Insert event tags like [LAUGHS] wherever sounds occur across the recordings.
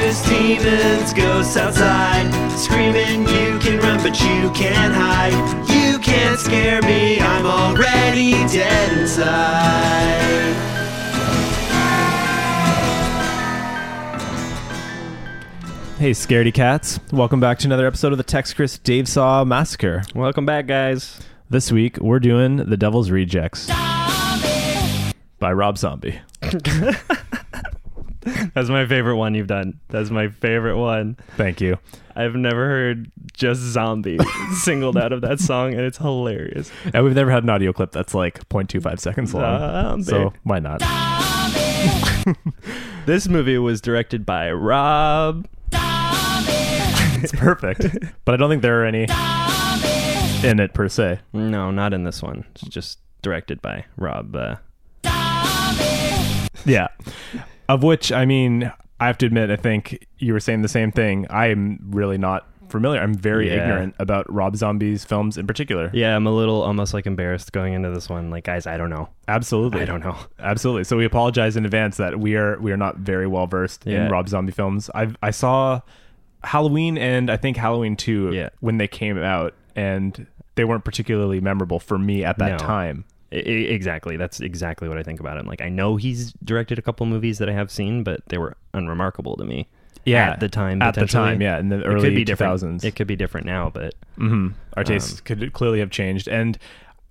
Those demons, ghosts outside, screaming, you can run, but you can't hide. You can't scare me, I'm already dead inside. Hey, scaredy cats. Welcome back to another episode of the Tex Chris Dave Saw Massacre. Welcome back, guys. This week, we're doing The Devil's Rejects by Rob Zombie. That's my favorite one you've done. That's my favorite one. Thank you. I've never heard just [LAUGHS] zombie singled out of that song, and it's hilarious. And we've never had an audio clip that's like 0.25 seconds long. Zombie. So why not? This movie was directed by Rob. It's [LAUGHS] perfect. but I don't think there are any in it per se. No, not in this one. It's just directed by Rob. Uh, Yeah. Of which, I mean, I have to admit, I think you were saying the same thing. I'm really not familiar. I'm very Yeah. ignorant about Rob Zombie's films in particular. yeah, I'm a little almost like embarrassed going into this one. Like, guys, I don't know. Absolutely. I don't know. Absolutely. So we apologize in advance that we are we are not very well versed Yeah. in Rob Zombie films. I I saw Halloween and I think Halloween 2 Yeah. when they came out and they weren't particularly memorable for me at that No. time. I- I- exactly. That's exactly what I think about him. Like, I know he's directed a couple movies that I have seen, but they were unremarkable to me. at the time. At the potentially. time, yeah, in the It early could be 2000s. different. It um, could be different now, but hmm Our tastes could clearly have changed. And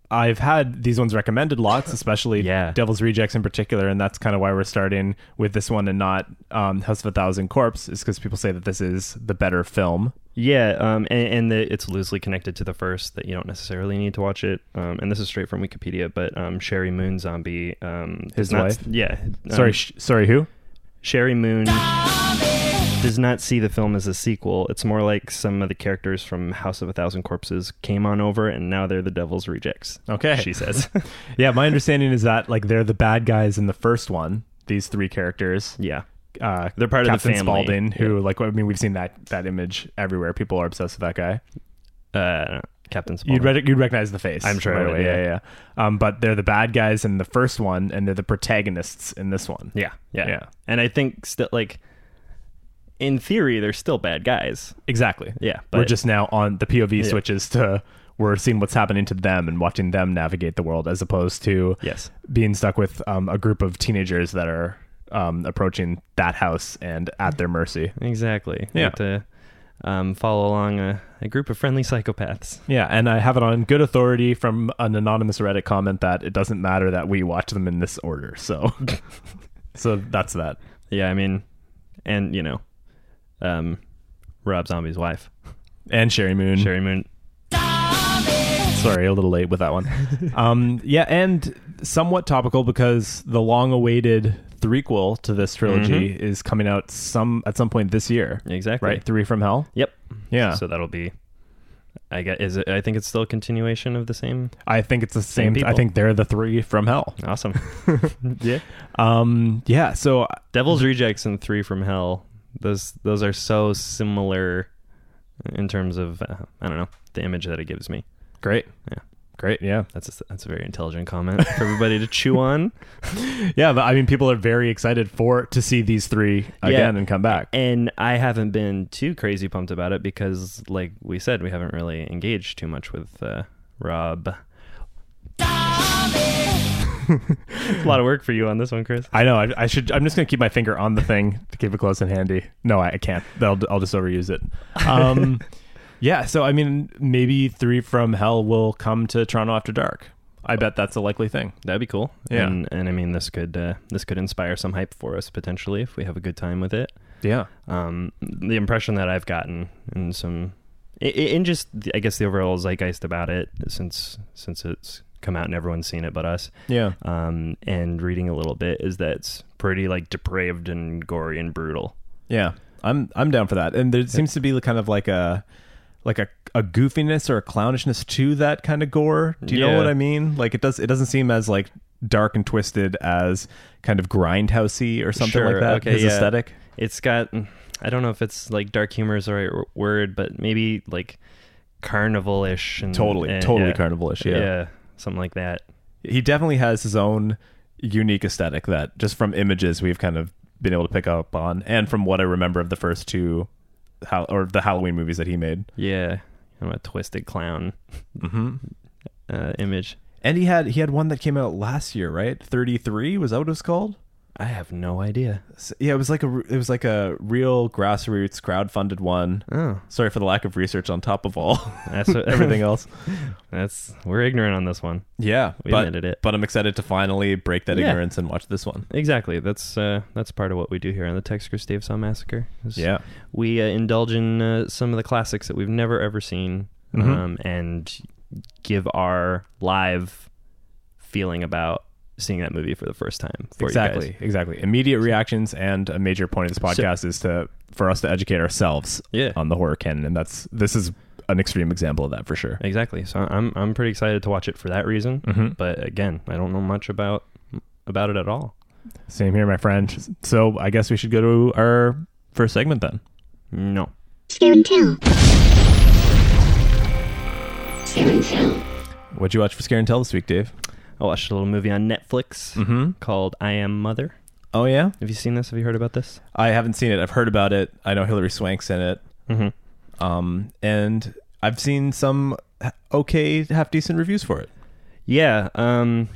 I've had these ones recommended [LAUGHS] lots, especially Yeah. Devil's Rejects in particular, and that's kind of why we're starting with this one and not um, House of a Thousand Corpse, is because people say that this is the better film. yeah, um, and, and the, it's loosely connected to the first that you don't necessarily need to watch it. Um, and this is straight from Wikipedia, but um, Sherry Moon Zombie, um, His does not- wife? yeah, um, Sorry, sh- sorry, who? Sherry Moon does not see the film as a sequel. It's more like some of the characters from House of a Thousand Corpses came on over, and now they're the Devil's Rejects. Okay. she [LAUGHS] says. [LAUGHS] Yeah, my understanding is that like they're the bad guys in the first one. These three characters, yeah, uh, They're part of the Captain family. Spaulding, who like I mean we've seen that that image everywhere. People are obsessed with that guy. uh, Captain. You'd Spaulding. re- you'd recognize the face. I'm sure I right would, away. yeah. Yeah, yeah. Um, but they're the bad guys in the first one, and they're the protagonists in this one. Yeah, yeah, Yeah. And I think still like in theory they're still bad guys. exactly. Yeah, we're but- just now on the POV Yeah. switches to we're seeing what's happening to them and watching them navigate the world, as opposed to Yes. being stuck with um, a group of teenagers that are um, approaching that house and at their mercy. Exactly. Yeah. You have to um, follow along a, a group of friendly psychopaths. Yeah, and I have it on good authority from an anonymous Reddit comment that it doesn't matter that we watch them in this order. [LAUGHS] So, so that's that. Yeah, I mean, and you know, um, Rob Zombie's wife, Mm-hmm. And Sherry Moon. Sherry Moon. Sorry, a little late with that [LAUGHS] one. um, yeah, and somewhat topical because the long-awaited threequel to this trilogy is coming out some at some point this year. Exactly. Right, Ah. Three from Hell. Yep. Yeah, So that'll be. I guess is it, I think it's still a continuation of the same. I think it's the same. I people. think they're the three from Hell. [LAUGHS] Awesome. yeah. Um. Yeah. So Devil's Rejects and Three from Hell. Those those are so similar in terms of uh, I don't know the image that it gives me. great. Yeah. Great. Yeah. That's a, that's a very intelligent comment for everybody to chew on. Yeah, but I mean, people are very excited for to see these three again Yeah. and come back. And I haven't been too crazy pumped about it because, like we said, we haven't really engaged too much with uh, Rob. [LAUGHS] a lot of work for you on this one, Chris. I know. I, I should. I'm just gonna keep my finger on the thing to keep it close and handy. No, I, I can't. I'll, I'll just overuse it. [LAUGHS] Um, yeah. So I mean, maybe three from hell will come to Toronto after dark. I bet that's a likely thing. That'd be cool. Yeah. And, and I mean, this could uh, this could inspire some hype for us potentially if we have a good time with it. Yeah. um, the impression that I've gotten in some i- i- in just the- I guess the overall zeitgeist about it since since it's come out and everyone's seen it but us Yeah. um, and reading a little bit is that it's pretty like depraved and gory and brutal. Yeah. I'm I'm down for that. And there seems to be kind of like a like a, a goofiness or a clownishness to that kind of gore. Do you know Yeah. what I mean? Like it does it doesn't seem as like dark and twisted as kind of grindhousey or something Sure, like that. okay, his yeah. Mm, aesthetic. It's got I don't know if it's like dark humor is the right w- word but maybe like carnival-ish and Totally, and- totally yeah. carnival-ish, yeah. something like that. he definitely has his own unique aesthetic that just from images we've kind of been able to pick up on, and from what I remember of the first two, Hal- or the Halloween movies that he made. Yeah, I'm a twisted clown Mm-hmm. uh, image. And he had he had one that came out last year, right? Thirty three was that what it was called? I have no idea. S- Yeah, it was like a r- it was like a real grassroots crowdfunded one. [LAUGHS] Oh, Sorry for the lack of research on top of [LAUGHS] all that's what, [LAUGHS] everything else. That's we're ignorant on this one. Yeah, We but admitted it. but I'm excited to finally break that Yeah. ignorance and watch this one. Exactly. That's uh, that's part of what we do here on the Texas Dave Saw Massacre. is Yeah, we uh, indulge in uh, some of the classics that we've never ever seen, Mhm. um, and give our live feeling about seeing that movie for the first time. For You exactly, guys. exactly. Immediate reactions and a major point of this podcast is to for us to educate ourselves Yeah. on the horror canon, and that's this is an extreme example of that for sure. Exactly. So I'm I'm pretty excited to watch it for that reason. Mhm. But again, I don't know much about about it at all. Same here, my friend. So I guess we should go to our first segment then. No. Scary Tale. Scary Tale. What'd you watch for Scare and Tell this week, Dave? I watched a little movie on Netflix Mm-hmm. called I Am Mother. Oh yeah, Have you seen this? Have you heard about this? I haven't seen it. I've heard about it. I know Hillary Swank's in it, Mm-hmm. um, and I've seen some h- okay, half decent reviews for it. Yeah, um,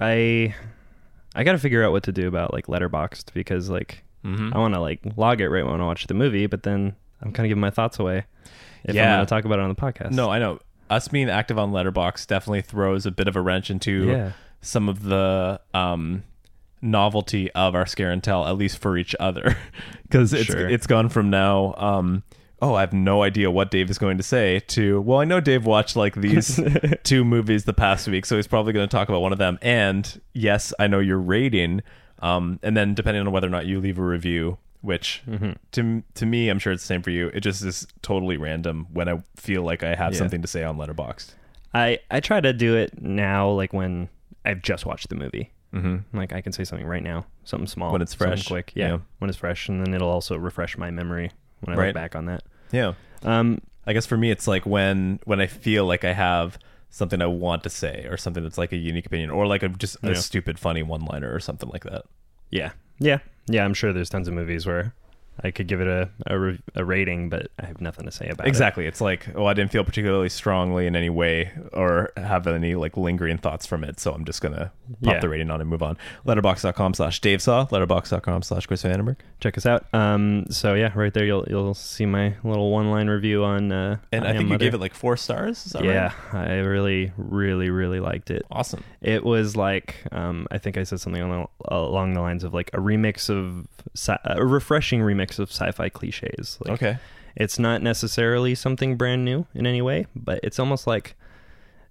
I I got to figure out what to do about like Letterboxd because like Mm-hmm. I want to like log it right when I watch the movie, but then I'm kind of giving my thoughts away if Yeah. I'm going to talk about it on the podcast. No, I know. Us being active on Letterbox definitely throws a bit of a wrench into Yeah. some of the um, novelty of our scare and tell, at least for each other, [LAUGHS] because it's Sure. it's gone from now. Um, oh, I have no idea what Dave is going to say. To well, I know Dave watched like [LAUGHS] these two movies the past week, so he's probably going to talk about one of them. And yes, I know your rating. Um, and then depending on whether or not you leave a review, which Mm-hmm. to to me, I'm sure it's the same for you. It just is totally random when I feel like I have Yeah. something to say on Letterboxd. I I try to do it now, like when I've just watched the movie. Mm-hmm. Like I can say something right now, something small When it's something fresh. quick. Yeah, Yeah. when it's fresh, and then it'll also refresh my memory when I Right. look back on that. Yeah. Um, I guess for me, it's like when when I feel like I have something I want to say, or something that's like a unique opinion, or like a just a Yeah. stupid, funny one liner, or something like that. yeah, yeah, yeah. I'm sure there's tons of movies where I could give it a a, re- a rating, but I have nothing to say about it. Exactly. It's like, oh, I didn't feel particularly strongly in any way, or have any like lingering thoughts from it, so I'm just gonna pop Yeah. the rating on and move on. Letterbox.com/slash Dave Saw. Letterbox.com/slash Chris Van Annenberg. check us out. Um, so yeah, right there you'll you'll see my little one line review on. Uh, And I, Am think you Mother. gave it like four stars. Is that yeah, right? I really, really, really liked it. Awesome. It was like um, I think I said something along, along the lines of like a remix of sci- a refreshing remix of sci-fi cliches. Like, Okay. it's not necessarily something brand new in any way, but it's almost like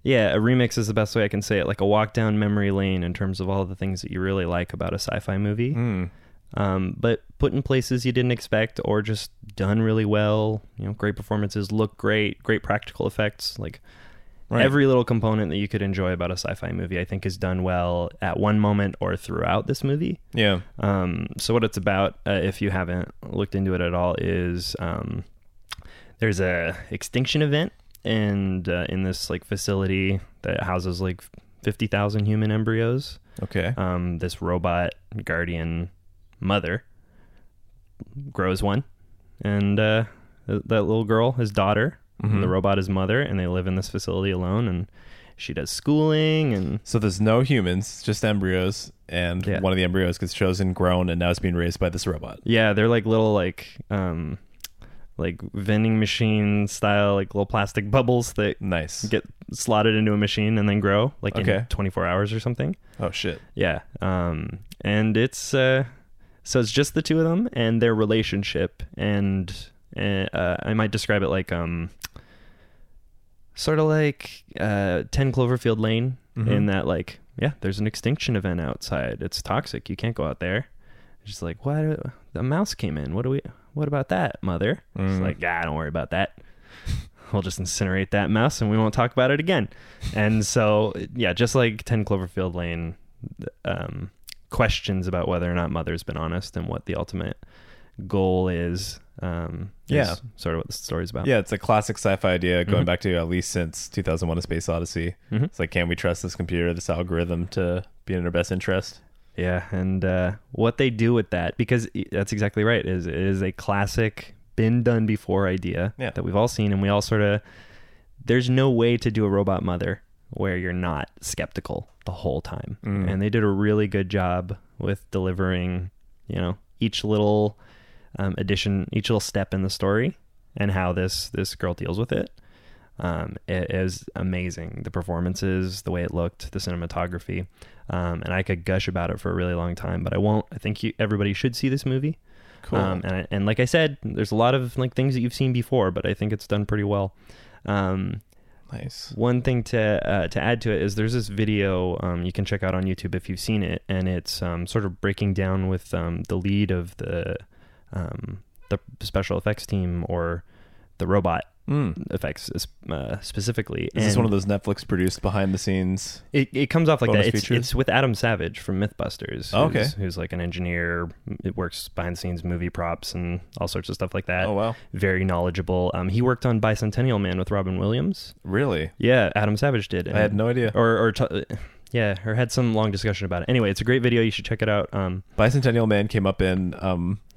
yeah, a remix is the best way I can say it. Like a walk down memory lane in terms of all the things that you really like about a sci-fi movie Hmm. um, but put in places you didn't expect or just done really well. You know, great performances, look great, great practical effects. Like Right. every little component that you could enjoy about a sci-fi movie, I think, is done well at one moment or throughout this movie. Yeah. Um, so what it's about, uh, if you haven't looked into it at all, is um, there's a extinction event, and uh, in this like facility that houses like fifty thousand human embryos Okay. um, this robot guardian mother grows one, and uh, th- that little girl, his daughter, and the robot is mother, and they live in this facility alone, and she does schooling, and So there's no humans, just embryos, and Yeah. one of the embryos gets chosen, grown, and now it's being raised by this robot. yeah, they're like little like um, like vending machine style like little plastic bubbles that Nice. get slotted into a machine and then grow like Okay. in 24 hours or something. oh shit. Yeah. Um, and it's uh, so it's just the two of them and their relationship, and uh, I might describe it like um, sort of like uh, Ten Cloverfield Lane, in that like yeah, there's an extinction event outside. It's toxic. You can't go out there. It's just like what a mouse came in. What do we? What about that, mother? It's like ah, don't worry about that we'll just incinerate that mouse and we won't talk about it again. And so, yeah, just like 10 Cloverfield Lane, um, questions about whether or not Mother's been honest and what the ultimate goal is. Um, is Yeah. Sort of what the story's about. Yeah, it's a classic sci-fi idea Mm-hmm. going back to at least since 2001: A Space Odyssey. It's like, can we trust this computer, this algorithm, to be in our best interest? Yeah, and uh, what they do with that because i- that's exactly right. Is it is a classic been done before idea Yeah. that we've all seen, and we all sort of there's no way to do a robot mother where you're not skeptical the whole time. And they did a really good job with delivering, you know, each little um, addition, each little step in the story, and how this this girl deals with it. Um, it is amazing. The performances, the way it looked, the cinematography, um, and I could gush about it for a really long time, but I won't. I think you, everybody should see this movie. Cool. Um, and, I- and like I said, there's a lot of like things that you've seen before, but I think it's done pretty well. Um, nice. one thing to uh, to add to it is there's this video um, you can check out on YouTube if you've seen it, and it's um, sort of breaking down with um, the lead of the um, the special effects team or the robot Mm. effects uh, specifically. Is this one And of those Netflix produced behind the scenes? It, it comes off like Bonus that. It's, features? it's with Adam Savage from MythBusters. Who's, Oh, okay. who's like an engineer. It works behind the scenes, movie props, and all sorts of stuff like that. Oh wow, Very knowledgeable. Um, he worked on Bicentennial Man with Robin Williams. really? Yeah, Adam Savage did. I had no idea. or or t- uh, yeah, or had some long discussion about it. Anyway, it's a great video. You should check it out. Um, Bicentennial Man came up in um, [LAUGHS]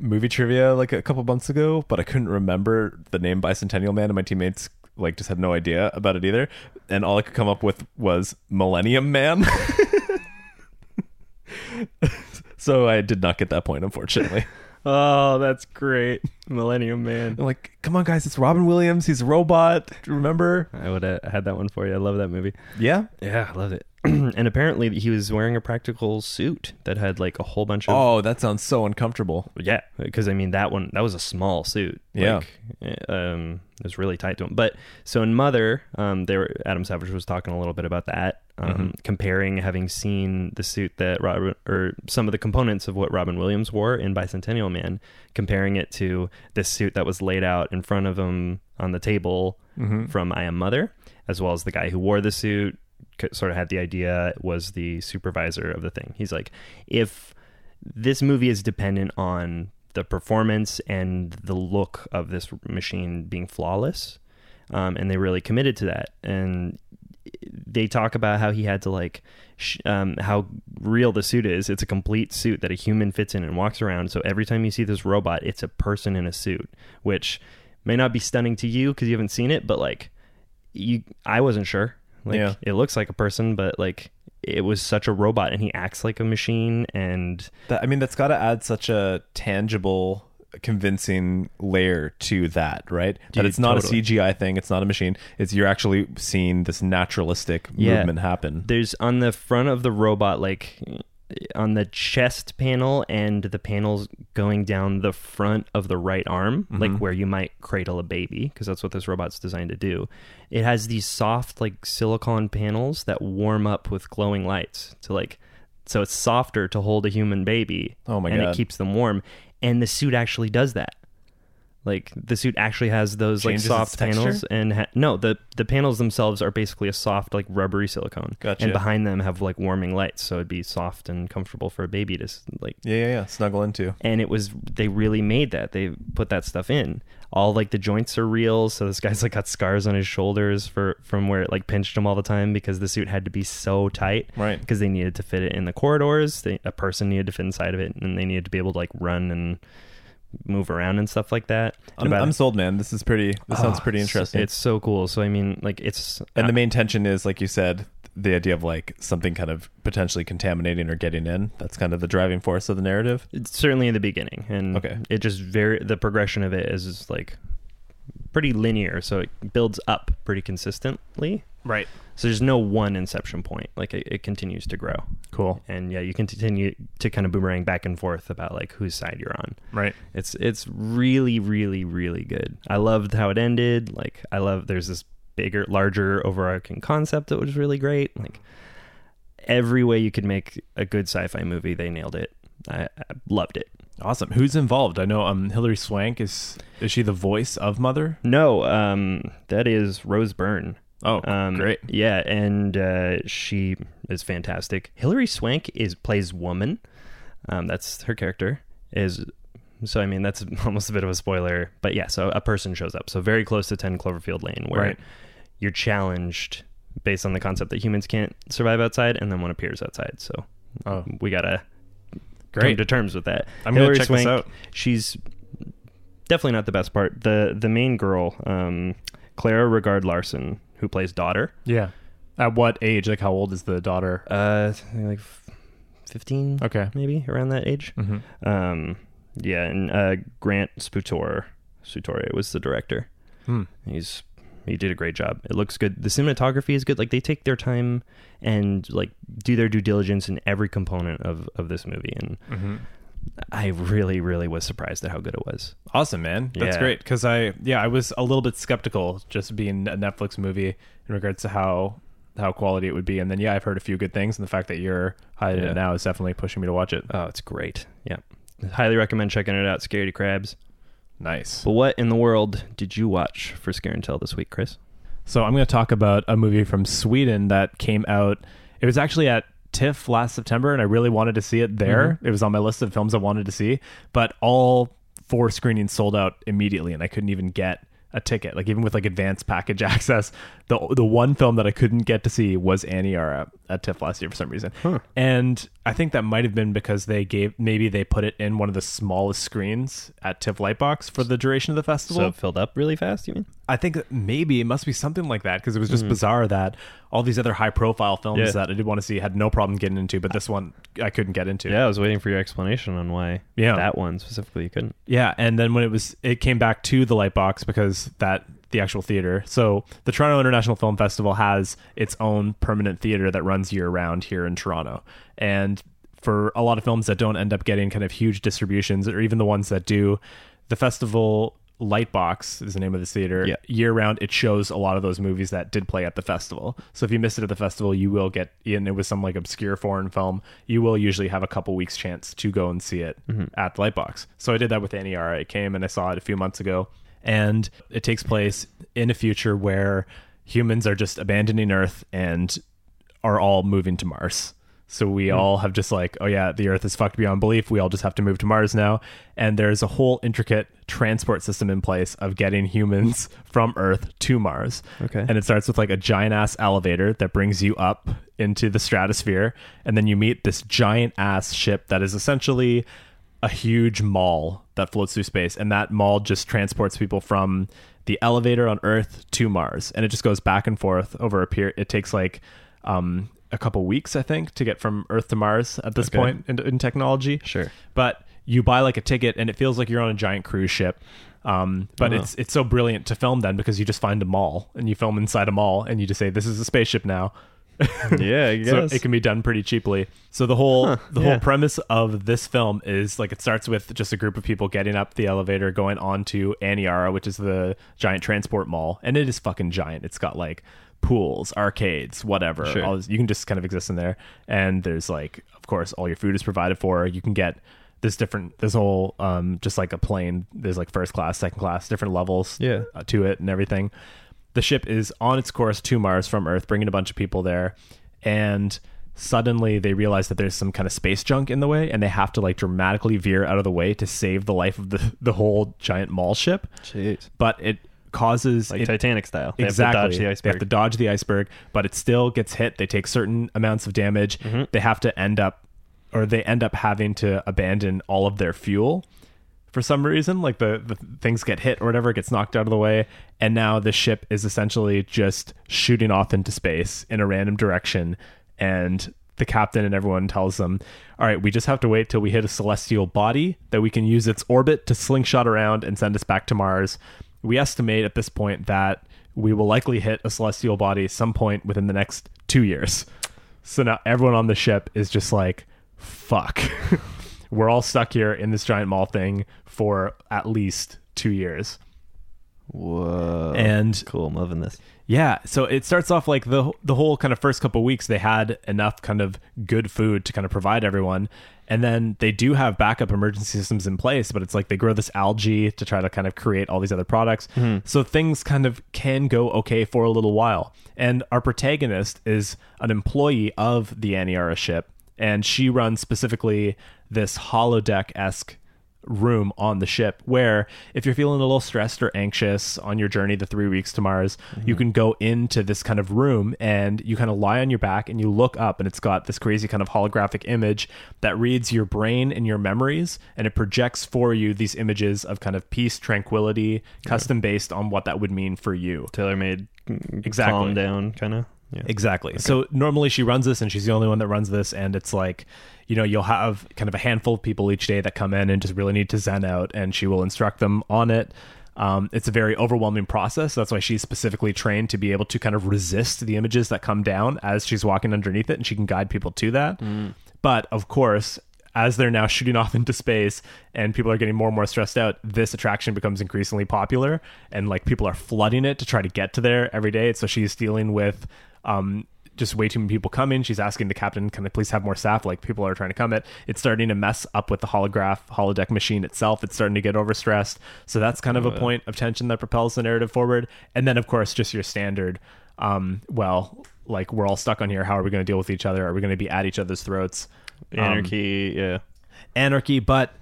movie trivia like a couple months ago, but I couldn't remember the name Bicentennial Man, and my teammates like just had no idea about it either. And all I could come up with was Millennium Man. [LAUGHS] so I did not get that point, unfortunately. [LAUGHS] oh, that's [LAUGHS] great, Millennium Man. I'm like, come on, guys, it's Robin Williams. He's a robot. Remember? I would have had that one for you. I love that movie. Yeah. Yeah, I love it. [CLEARS THROAT] and apparently, he was wearing a practical suit that had like a whole bunch of Oh, that sounds so uncomfortable. Yeah, because I mean that one that was a small suit. Yeah. like, eh, um, it was really tight to him. But so in Mother, um, they were Adam Savage was talking a little bit about that, um, comparing having seen the suit that Robin or some of the components of what Robin Williams wore in Bicentennial Man, comparing it to this suit that was laid out in front of him on the table from I Am Mother, as well as the guy who wore the suit. c- Sort of had the idea was the supervisor of the thing. He's like, if this movie is dependent on the performance and the look of this machine being flawless. Um, and they really committed to that. And they talk about how he had to like sh- um, how real the suit is. It's a complete suit that a human fits in and walks around. So every time you see this robot, it's a person in a suit, which may not be stunning to you because you haven't seen it, but like you, I wasn't sure. Like Yeah. it looks like a person, but like it was such a robot, and he acts like a machine, and That, I mean, that's got to add such a tangible, convincing layer to that, right? that Dude, it's not totally. a CGI thing. It's not a machine. It's you're actually seeing this naturalistic Yeah. movement happen. there's on the front of the robot like on the chest panel and the panels going down the front of the right arm like Mm-hmm. where you might cradle a baby because that's what this robot's designed to do it has these soft like silicone panels that warm up with glowing lights to like so it's softer to hold a human baby Oh my and God. it keeps them warm and the suit actually does that like the suit actually has those Changes its like soft texture? panels and ha- no the the panels themselves are basically a soft like rubbery silicone Gotcha. and behind them have like warming lights so it'd be soft and comfortable for a baby to s- like Yeah, yeah, yeah. Snuggle into. and it was they really made that they put that stuff in all like the joints are real so this guy's like got scars on his shoulders for from where it like pinched him all the time because the suit had to be so tight Right. because they needed to fit it in the corridors they, a person needed to fit inside of it and they needed to be able to like run and move around and stuff like that I'm, And about- I'm sold, man. This is pretty. This sounds pretty interesting. Ah, it's so cool so i mean like it's and the main tension is, like you said, the idea of like something kind of potentially contaminating or getting in. That's kind of the driving force of the narrative. uh, It's certainly in the beginning and Okay. it just very the progression of it is just like pretty linear so it builds up pretty consistently Right. so there's no one inception point like it, it continues to grow Cool. and yeah you can continue to kind of boomerang back and forth about like whose side you're on Right. it's it's really really really good i loved how it ended like i love there's this bigger larger overarching concept that was really great like every way you could make a good sci-fi movie they nailed it i, I loved it Awesome. Who's involved? I know. Um, Hilary Swank is. Is she the voice of Mother? No, um, that is Rose Byrne. Oh, Um, great. Yeah, and uh, she is fantastic. Hilary Swank is plays woman. Um, that's her character. Is so I mean that's [LAUGHS] almost a bit of a spoiler, but yeah. So a person shows up. So very close to Ten Cloverfield Lane, where Right. you're challenged based on the concept that humans can't survive outside, and then one appears outside. So Oh, we gotta come great. to terms with that. I'm gonna Hillary check this Swank, out. She's definitely not the best part. the The main girl, um, Clara Regard Larson, who plays daughter, yeah. At what age? Like, how old is the daughter? uh, I think like f- fifteen, Okay. maybe around that age. Mhm. Um, yeah, and uh, Grant Sputor, Sutore was the director. Hmm. He's he did a great job. It looks good. The cinematography is good. Like they take their time and like do their due diligence in every component of of this movie. And I really, really was surprised at how good it was. Awesome, man. That's Yeah. great. Because I, yeah, I was a little bit skeptical just being a Netflix movie in regards to how how quality it would be. And then, yeah, I've heard a few good things, and the fact that you're hiding Yeah. it now is definitely pushing me to watch it. Oh, it's great. Yeah, highly recommend checking it out. Scaredy Crabs. Nice. But what in the world did you watch for Scare and Tell this week, Chris? So I'm going to talk about a movie from Sweden that came out. It was actually at TIFF last September, and I really wanted to see it there. It was on my list of films I wanted to see, but all four screenings sold out immediately, and I couldn't even get a ticket. Like even with like advanced package [LAUGHS] access, the the one film that I couldn't get to see was Annie R at TIFF last year for some reason. And I think that might have been because they gave maybe they put it in one of the smallest screens at TIFF Lightbox for the duration of the festival. So it filled up really fast. You mean? I think that maybe it must be something like that because it was just bizarre that all these other high profile films Hmm. Yeah. that I did want to see had no problem getting into, but this one I couldn't get into. Yeah, I was waiting for your explanation on why Yeah. that one specifically you [LAUGHS] couldn't. Yeah, and then when it was it came back to the Lightbox because that the actual theater. So the Toronto International Film Festival has its own permanent theater that runs year round here in Toronto. And for a lot of films that don't end up getting kind of huge distributions or even the ones that do, the festival Lightbox is the name of this theater. Yeah. Year round, it shows a lot of those movies that did play at the festival. So if you missed it at the festival, you will get in. It was some like obscure foreign film. You will usually have a couple weeks chance to go and see it at the Lightbox. So I did that with Annie R. I came and I saw it a few months ago, and it takes place in a future where humans are just abandoning Earth and are all moving to Mars. So we all have just like, oh yeah, the Earth is fucked beyond belief. We all just have to move to Mars now. And there's a whole intricate transport system in place of getting humans [LAUGHS] from Earth to Mars. Okay. And it starts with like a giant ass elevator that brings you up into the stratosphere. And then you meet this giant ass ship that is essentially a huge mall that floats through space and that mall just transports people from the elevator on earth to mars and it just goes back and forth over a period it takes like um, a couple weeks i think to get from earth to mars at this Okay. point in, in technology Sure. but you buy like a ticket and it feels like you're on a giant cruise ship um, but Uh-huh. it's it's so brilliant to film then because you just find a mall and you film inside a mall and you just say this is a spaceship now Yeah, I so guess. it can be done pretty cheaply. So the whole the yeah. whole premise of this film is like it starts with just a group of people getting up the elevator, going on to Aniara, which is the giant transport mall, and it is fucking giant. It's got like pools, arcades, whatever. Sure. All this- you can just kind of exist in there, and there's like, of course, all your food is provided for. You can get this different this whole um just like a plane there's like first class second class different levels Yeah. uh, to it and everything. The ship is on its course to Mars from Earth, bringing a bunch of people there, and suddenly they realize that there's some kind of space junk in the way, and they have to like dramatically veer out of the way to save the life of the [LAUGHS] the whole giant mall ship. Jeez. But it causes Like it- Titanic style. They exactly. have to dodge the They iceberg. have to dodge the iceberg, but it still gets hit. They take certain amounts of damage. Mm-hmm. They have to end up, or they end up having to abandon all of their fuel for some reason. Like the, the things get hit or whatever, gets knocked out of the way. And now the ship is essentially just shooting off into space in a random direction. And the captain and everyone tells them, all right, we just have to wait till we hit a celestial body that we can use its orbit to slingshot around and send us back to Mars. We estimate at this point that we will likely hit a celestial body some point within the next two years. So now everyone on the ship is just like, fuck. [LAUGHS] We're all stuck here in this giant mall thing for at least two years. Whoa. And cool. I'm loving this. yeah, so it starts off like the the whole kind of first couple weeks they had enough kind of good food to kind of provide everyone, and then they do have backup emergency systems in place, but it's like they grow this algae to try to kind of create all these other products, so things kind of can go okay for a little while. And our protagonist is an employee of the Aniara ship, and she runs specifically this holodeck esque room on the ship where if you're feeling a little stressed or anxious on your journey the three weeks to mars you can go into this kind of room and you kind of lie on your back and you look up and it's got this crazy kind of holographic image that reads your brain and your memories and it projects for you these images of kind of peace tranquility custom based on what that would mean for you Taylor made Exactly. Mm, calm down kind of. Yeah. Exactly. So normally she runs this and she's the only one that runs this and it's like, you know, you'll have kind of a handful of people each day that come in and just really need to zen out and she will instruct them on it. Um, it's a very overwhelming process. That's why she's specifically trained to be able to kind of resist the images that come down as she's walking underneath it and she can guide people to that. But of course, as they're now shooting off into space and people are getting more and more stressed out, this attraction becomes increasingly popular and like people are flooding it to try to get to there every day. So she's dealing with um just way too many people come in. She's asking the captain, can I please have more staff? Like people are trying to come it. It's starting to mess up with the holograph holodeck machine itself. It's starting to get overstressed. So that's kind of a point of tension that propels the narrative forward. And then of course just your standard um well like we're all stuck on here. How are we going to deal with each other? Are we going to be at each other's throats? um, Anarchy. yeah. anarchy, but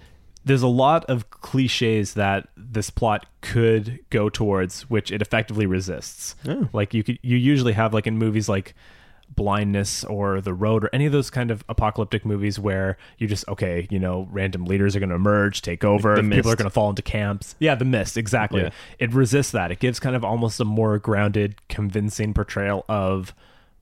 there's a lot of cliches that this plot could go towards, which it effectively resists. Oh. Like you could, you usually have like in movies like blindness or the road or any of those kind of apocalyptic movies where you just okay you know random leaders are going to emerge take over The people are Mist. going to fall into camps yeah the mist exactly Yeah. it resists that it gives kind of almost a more grounded convincing portrayal of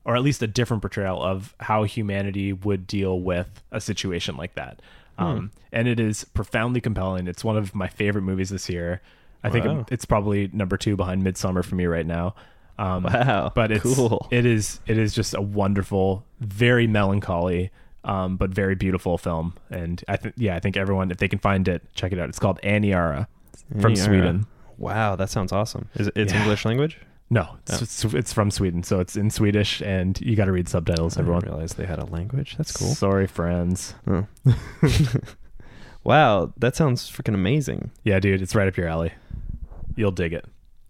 or at least a different portrayal of how humanity would deal with a situation like that. Hmm. Um, and it is profoundly compelling. It's one of my favorite movies this year. I think Wow. it's probably number two behind Midsummer for me right now. Um, Wow, But it's cool. it is it is just a wonderful, very melancholy, um, but very beautiful film. And I think yeah, I think everyone if they can find it, check it out. It's called Aniara from Any era. Sweden. Wow, that sounds awesome. Is it, it's Yeah. English language? No, Oh. it's, it's, it's from Sweden, so it's in Swedish, and you got to read subtitles. Everyone, I didn't realize they had a language. That's cool. Sorry, friends. wow, that sounds freaking amazing. Yeah, dude, it's right up your alley. You'll dig it.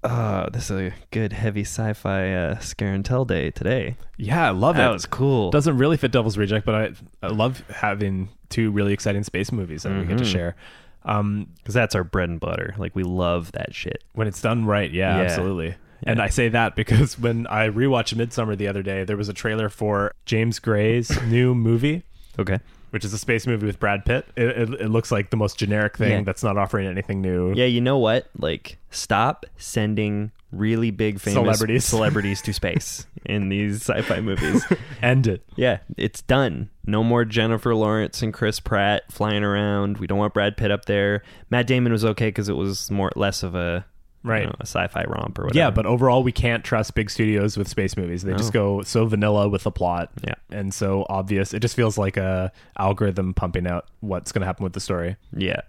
Uh, this is a good heavy sci-fi uh, scare and tell day today. Yeah, I love That it. was cool. Doesn't really fit Devil's Reject, but I, I love having two really exciting space movies that we get to Mm-hmm. share. Um, Because that's our bread and butter. Like we love that shit. when it's done right, yeah, Yeah. absolutely. And I say that because when I rewatched Midsummer the other day, there was a trailer for James Gray's [LAUGHS] new movie. Okay. Which is a space movie with Brad Pitt. It, it, it looks like the most generic thing Yeah. that's not offering anything new. Yeah, you know what? Like, stop sending really big famous Celebrities. celebrities to [LAUGHS] space in these sci-fi movies. End it. Yeah, it's done. No more Jennifer Lawrence and Chris Pratt flying around. We don't want Brad Pitt up there. Matt Damon was okay because it was more less of a you Right. know, a sci-fi romp or whatever. Yeah, but overall, we can't trust big studios with space movies. They just go so vanilla with the plot, Yeah. and so obvious. It just feels like a algorithm pumping out what's going to happen with the story. yeah,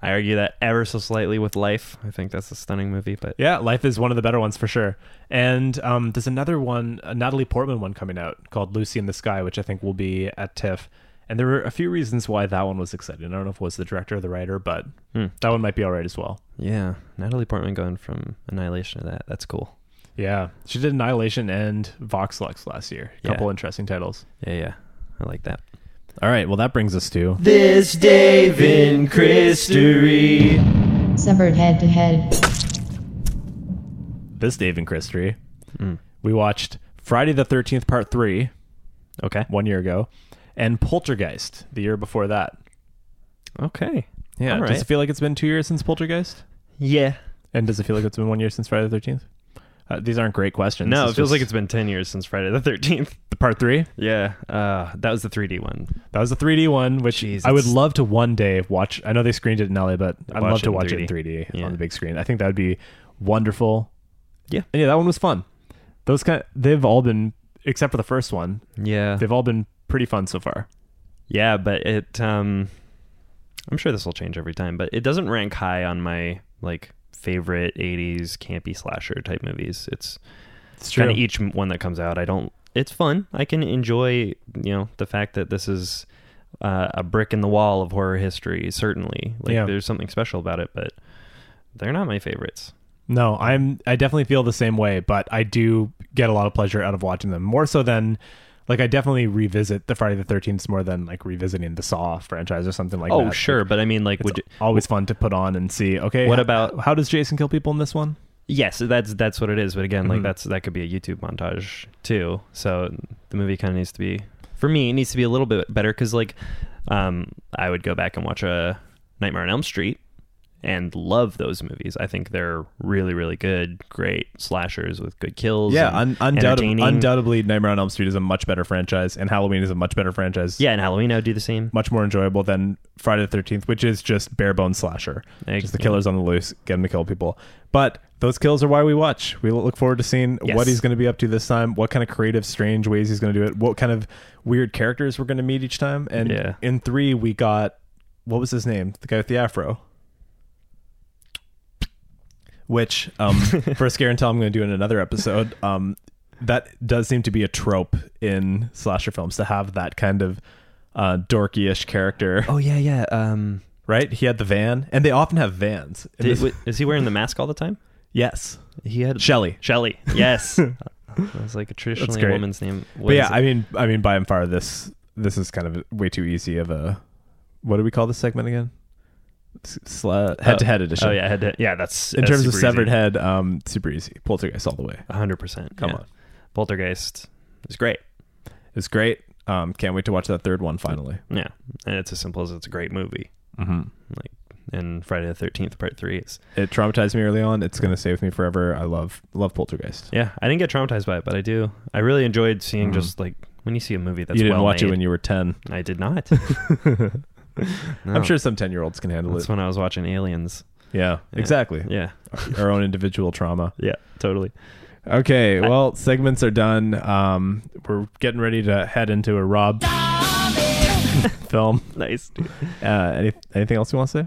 I argue that ever so slightly with Life. I think that's a stunning movie, but Yeah, Life is one of the better ones for sure. And um, there's another one, a Natalie Portman one coming out called Lucy in the Sky, which I think will be at TIFF. And there were a few reasons why that one was exciting. I don't know if it was the director or the writer, but that one might be all right as well. yeah, Natalie Portman going from Annihilation to that. That's cool. Yeah, she did Annihilation and Vox Lux last year. A Yeah. couple interesting titles. Yeah, yeah, I like that. All right, well that brings us to This Dave in Christery. Severed head to head. this Dave and Christery. Mm. We watched Friday the 13th, part three, Okay, one year ago, and Poltergeist the year before that. okay, Yeah. All Does right. it feel like it's been two years since Poltergeist? yeah. And does it feel like it's been one year since Friday the 13th? Uh, these aren't great questions. No, it It's feels just like it's been ten years since Friday the Thirteenth. [LAUGHS] the part three. Yeah, uh, that was the 3D one. That was the 3D one, which Jeez, I would it's- love to one day watch. I know they screened it in LA, but I'd Watch love it to in watch it in 3D. 3D Yeah. on the big screen. I think that would be wonderful. Yeah. And yeah, that one was fun. Those kind, they've all been except for the first one. Yeah, They've all been pretty fun so far. Yeah, but it um I'm sure this will change every time, but it doesn't rank high on my like favorite 80s campy slasher type movies. It's It's kind of each m- one that comes out. I don't it's fun. I can enjoy, you know, the fact that this is uh, a brick in the wall of horror history, certainly. Like Yeah. there's something special about it, but they're not my favorites. No, I'm I definitely feel the same way, but I do get a lot of pleasure out of watching them. More so than Like I definitely revisit the Friday the Thirteenth more than like revisiting the Saw franchise or something like that. oh Like, sure, but I mean like it's would you, always fun to put on and see. Okay, What h- about- how does Jason kill people in this one? yes, that's that's what it is. But again, Mhm. like that's that could be a YouTube montage too. So the movie kind of needs to be for me it needs to be a little bit better because like um, I would go back and watch a Nightmare on Elm Street and love those movies. I think they're really really good, great slashers with good kills. Yeah, un- and undoubtedly, entertaining. undoubtedly, Nightmare on Elm Street is a much better franchise, and Halloween is a much better franchise. Yeah, and Halloween I would do the same. much more enjoyable than Friday the Thirteenth, which is just bare bones slasher. Ex- just the yeah. killers on the loose, get him to kill people. But those kills are why we watch. We look forward to seeing Yes. what he's going to be up to this time, what kind of creative, strange ways he's going to do it, what kind of weird characters we're going to meet each time. And Yeah. in three, we got what was his name? The guy with the afro. Which [LAUGHS] um, for a scare and tell, I'm going to do in another episode. Um, that does seem to be a trope in slasher films to have that kind of uh, dorky-ish character, Oh yeah, yeah. Um, right? He had the van, and they often have vans. in did- this- w- is he wearing the mask all the time? yes, He had Shelley. Shelly. Yes. That's like a traditionally great. woman's name. But What yeah, is it? I mean, I mean, by and far, this this is kind of way too easy of a. What do we call this segment again? Head to head edition. Oh yeah, head to, yeah. That's In that's terms of super severed easy. head, um, super easy. Poltergeist all the way. A hundred percent. Come yeah. on. Poltergeist is great. It's great. Um, can't wait to watch that third one finally. Yeah, and it's as simple as it's a great movie. Mm-hmm. Like, and Friday the Thirteenth Part Three is. It traumatized me early on. It's gonna stay with me forever. I love love Poltergeist. Yeah, I didn't get traumatized by it, but I do. I really enjoyed seeing just like when Mm-hmm. you see a movie that's you didn't well watch it made. when you were ten. I did [LAUGHS] not. No. I'm sure some ten year olds can handle Oh. that's it. when I was watching Aliens. Yeah, Yeah. exactly. [LAUGHS] Yeah, Our own individual trauma. yeah, totally. Okay, well, segments are done. Um, we're getting ready to head into a Rob [LAUGHS] film. Nice. Uh, any, anything else you want to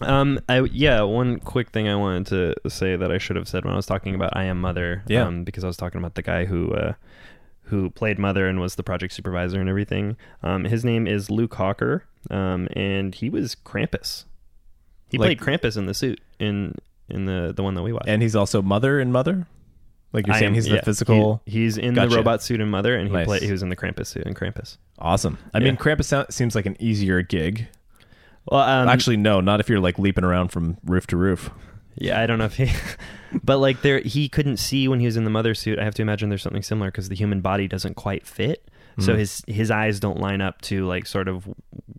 say? Um, I yeah, one quick thing I wanted to say that I should have said when I was talking about I Am Mother. Yeah. Um, because I was talking about the guy who uh, who played Mother and was the project supervisor and everything. Um, his name is Luke Hawker. Um, and he was Krampus. He Like- played Krampus in the suit in in the the one that we watched. And he's also mother and mother. Like you're I saying, Am- he's yeah, the physical. he- he's in Gotcha. the robot suit in Mother, and he Nice. played. He was in the Krampus suit in Krampus. awesome. I mean, Krampus sound, seems like an easier gig. Well, um, Actually, no, not if you're like leaping around from roof to roof. Yeah, I don't know if he, [LAUGHS] but like there, he couldn't see when he was in the mother suit. I have to imagine there's something similar because the human body doesn't quite fit, so his his eyes don't line up to like sort of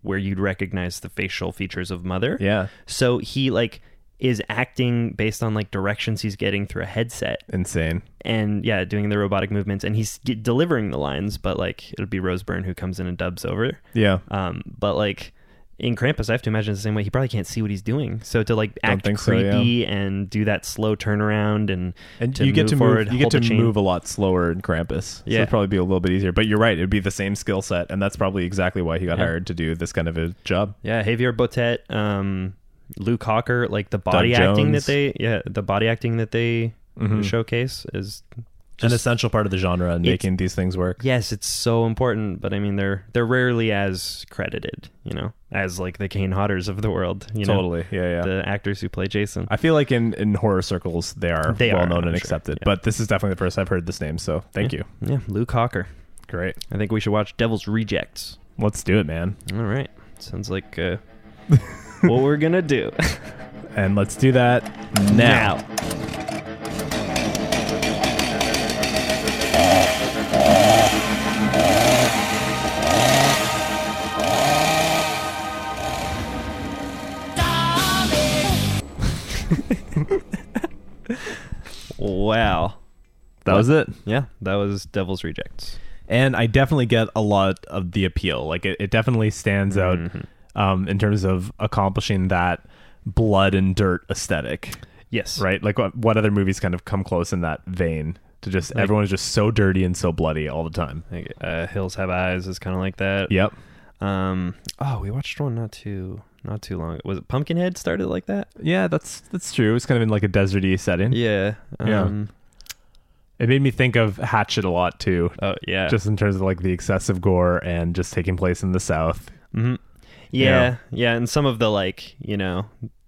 where you'd recognize the facial features of mother. Yeah, So he like is acting based on like directions he's getting through a headset insane. and yeah doing the robotic movements and he's g- delivering the lines but like it'll be rose byrne who comes in and dubs over Yeah, um, but like in Krampus, I have to imagine it's the same way. He probably can't see what he's doing. So to like act think so, yeah. creepy and do that slow turnaround and and you get to forward, move. You get hold to the chain. move a lot slower in Krampus. so Yeah. it'd probably be a little bit easier. But you're right; it'd be the same skill set, and that's probably exactly why he got Yeah. hired to do this kind of a job. Yeah, Javier Botet, um, Luke Hawker, like the body acting Jones. that they yeah the body acting that they Mhm. showcase is an essential part of the genre and It's- making these things work. yes, it's so important. But I mean, they're they're rarely as credited, you know, as like the Kane Hoders of the world. You know, totally. Yeah, yeah. the actors who play Jason. I feel like in, in horror circles they are They well are, known I'm and sure. accepted. Yeah. But this is definitely the first I've heard this name, so thank you. yeah, Luke Hawker. Great. I think we should watch Devil's Rejects. Let's do it, man. All right. Sounds like uh, what we're going to do. And let's do that now. Wow. That was it. Yeah, that was Devil's Rejects. And I definitely get a lot of the appeal. Like it, it definitely stands out um, in terms of accomplishing that blood and dirt aesthetic. Yes. Right? Like what, what other movies kind of come close in that vein to just everyone's just so dirty and so bloody all the time. Like, uh, Hills Have Eyes is kind of like that. Yep. Um. Oh, we watched one not too not too long. Was it Pumpkinhead started like that? Yeah, that's that's true. It's kind of in like a deserty setting. Yeah. Yeah. Um, It made me think of Hatchet a lot too, Oh yeah. just in terms of like the excessive gore and just taking place in the South. Mhm. Yeah. Yeah. Yeah. And some of the like you know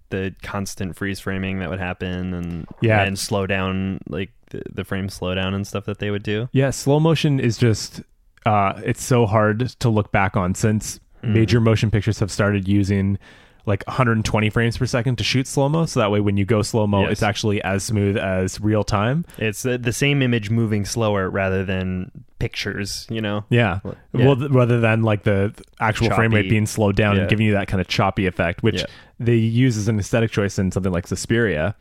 the constant freeze framing that would happen and Yeah. and slow down like the, the frame slow down and stuff that they would do. Yeah, slow motion is just uh, it's so hard to look back on since Hmm. major motion pictures have started using like 120 frames per second to shoot slow mo. So that way, when you go slow mo, Yes. it's actually as smooth as real time. It's the, the same image moving slower rather than pictures, you know? Yeah. Well, yeah. Well, th- rather than like the th- actual frame rate Choppy. being slowed down Yeah. and giving you that kind of choppy effect, which Yeah. they use as an aesthetic choice in something like Suspiria.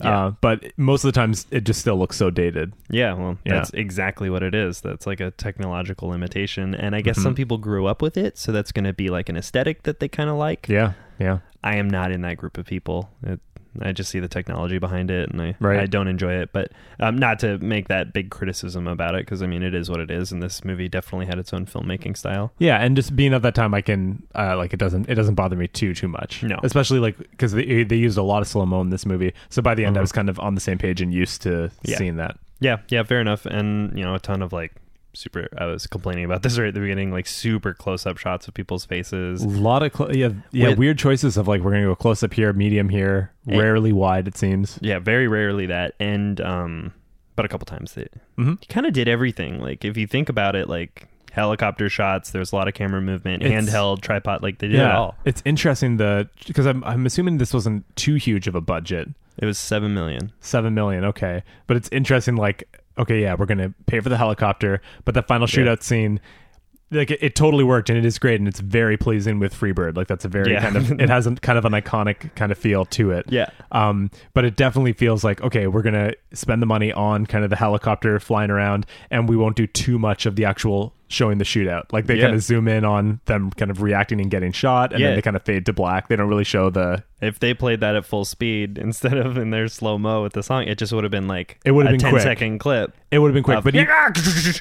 Yeah. Uh, but most of the times, it just still looks so dated. Yeah, well, Yeah. that's exactly what it is. That's like a technological limitation. And I guess Mm-hmm. some people grew up with it, so that's going to be like an aesthetic that they kind of like. Yeah. Yeah. I am not in that group of people. It, I just see the technology behind it and I, Right. I don't enjoy it. But um, not to make that big criticism about it, because I mean, it is what it is. And this movie definitely had its own filmmaking style. Yeah, and just being at that time, I can uh, like it doesn't it doesn't bother me too too much. No. especially like because they they used a lot of slow mo in this movie, so by the end I was kind of on the same page and used to Yeah. seeing that. Yeah, yeah, fair enough. And, you know, a ton of like super, I was complaining about [LAUGHS] this right at the beginning, like super close up shots of people's faces. A lot of cl- yeah yeah With- weird choices of like we're gonna go close up here, medium here, Yeah. rarely wide it seems. Yeah, very rarely that, and um, but a couple times that Mhm. he kind of did everything. Like if you think about it, like helicopter shots, there's a lot of camera movement, It's- handheld, tripod, like they did it all. it's interesting the because I'm I'm assuming this wasn't too huge of a budget, It was seven million. seven million, okay, but it's interesting like okay yeah we're gonna pay for the helicopter, but the final shootout scene. Like it, it totally worked, and it is great, and it's very pleasing with Freebird. Like that's a very Yeah. kind of it has a, kind of an iconic kind of feel to it. Yeah. Um, but it definitely feels like okay, we're gonna spend the money on kind of the helicopter flying around, and we won't do too much of the actual showing the shootout. Like they Yeah. kind of zoom in on them kind of reacting and getting shot, and Yeah. then they kind of fade to black. They don't really show the. If they played that at full speed [LAUGHS] instead of in their slow mo with the song, it just would have been like It would have a been 10 quick. second clip. It would have been quick, of- but e-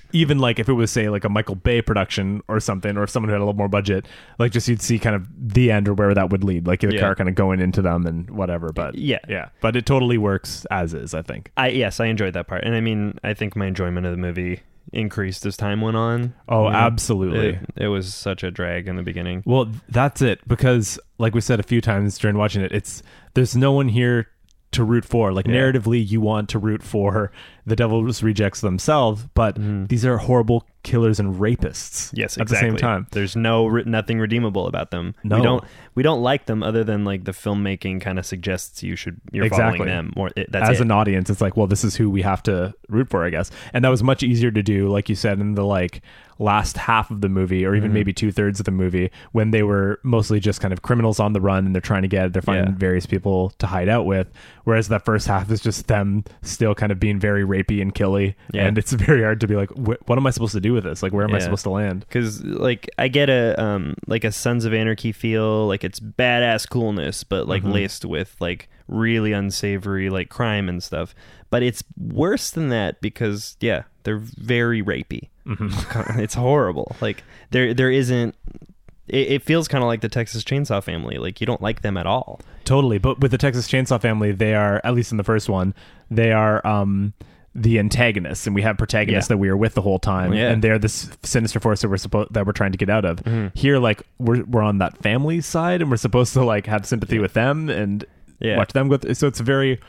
[LAUGHS] even like if it was say like a Michael Bay production or something, or if someone who had a little more budget, like just you'd see kind of the end or where that would lead, like the Yeah. car kind of going into them and whatever. But Yeah. yeah, but it totally works as is. I think. I yes, I enjoyed that part, and I mean, I think my enjoyment of the movie increased as time went on. Oh, You know? absolutely. It- it was such a drag in the beginning. Well, th- that's it because, like we said a few times during watching it, it's there's no one here to root for. Like Yeah. narratively, you want to root for the Devil's Rejects themselves, but these are horrible killers and rapists. Mm-hmm. Yes, at exactly. the same time. there's no re- nothing redeemable about them. No. We don't we don't like them other than like the filmmaking kind of suggests you should you're Exactly. following them or it, that's As it. an audience, it's like, well, this is who we have to root for, I guess. And that was much easier to do, like you said, in the like last half of the movie, or Mm-hmm. even maybe two thirds of the movie, when they were mostly just kind of criminals on the run and they're trying to get, they're finding Yeah. various people to hide out with. Whereas that first half is just them still kind of being very rapey and killy, Yeah. and it's [LAUGHS] very hard to be like, wh- what am I supposed to do with this? Like, where am I Yeah. supposed to land? Cuz like I get a um like a Sons of Anarchy feel, like it's badass coolness but like laced with like really unsavory like crime and stuff. But it's worse than that because yeah, they're very rapey. [LAUGHS] it's horrible. Like there there isn't it, it feels kind of like the Texas Chainsaw Family. Like you don't like them at all. Totally. But with the Texas Chainsaw Family, they are at least in the first one, they are um the antagonists, and we have protagonists Yeah. that we are with the whole time, Yeah. Mm-hmm. and they're this sinister force that we're supposed that we're trying to get out of. Here, like we're we're on that family side, and we're supposed to like have sympathy with them and Yeah. watch them go. Th- so it's very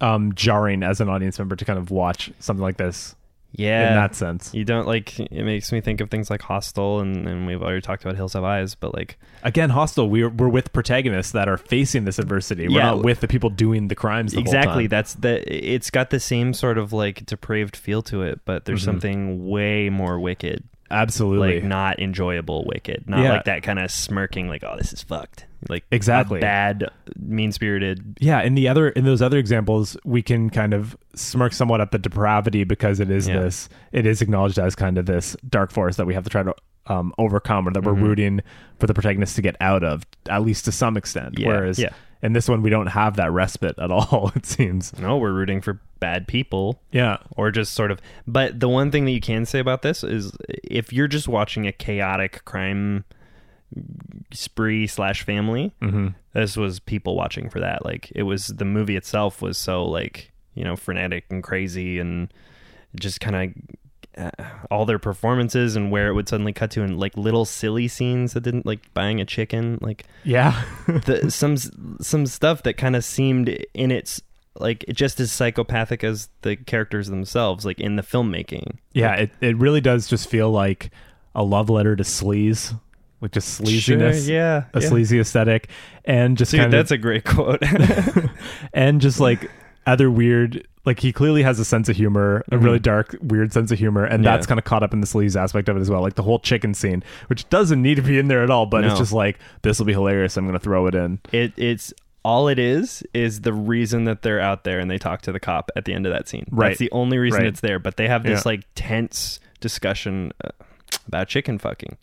um jarring as an audience member to kind of watch something like this Yeah. in that sense. You don't like it makes me think of things like Hostel and, and we've already talked about Hills Have Eyes, but like Again, hostile. We're we're with protagonists that are facing this adversity. We're Yeah. not with the people doing the crimes. The whole exactly time. that's the it's got the same sort of like depraved feel to it, but there's Mm-hmm. something way more wicked. Absolutely. Like not enjoyable wicked. Not Yeah. like that kind of smirking like, oh this is fucked. Like Exactly. a bad mean spirited yeah in the other in those other examples we can kind of smirk somewhat at the depravity because it is Yeah. this it is acknowledged as kind of this dark force that we have to try to um, overcome or that Mm-hmm. we're rooting for the protagonist to get out of at least to some extent Yeah, whereas yeah. in this one we don't have that respite at all [LAUGHS] it seems no, we're rooting for bad people. yeah or just sort of but the one thing that you can say about this is if you're just watching a chaotic crime spree slash family this was people watching for that like it was the movie itself was so like you know frenetic and crazy and just kind of uh, all their performances and where it would suddenly cut to and like little silly scenes that didn't like buying a chicken like [LAUGHS] yeah the some some stuff that kind of seemed in its like just as psychopathic as the characters themselves, like in the filmmaking. Yeah, it, it really does just feel like a love letter to sleaze, like just sleaziness, Sure, yeah, a yeah. sleazy aesthetic, and just Dude, kind that's of, a [LAUGHS] great quote. and just like other weird. Like he clearly has a sense of humor, a really dark, weird sense of humor, and Yeah. that's kind of caught up in the sleaze aspect of it as well. Like the whole chicken scene, which doesn't need to be in there at all, but No. it's just like this will be hilarious. I'm going to throw it in. it it's all it is is the reason that they're out there and they talk to the cop at the end of that scene. Right. That's the only reason Right. it's there. But they have this Yeah. like tense discussion uh, about [LAUGHS] chicken fucking,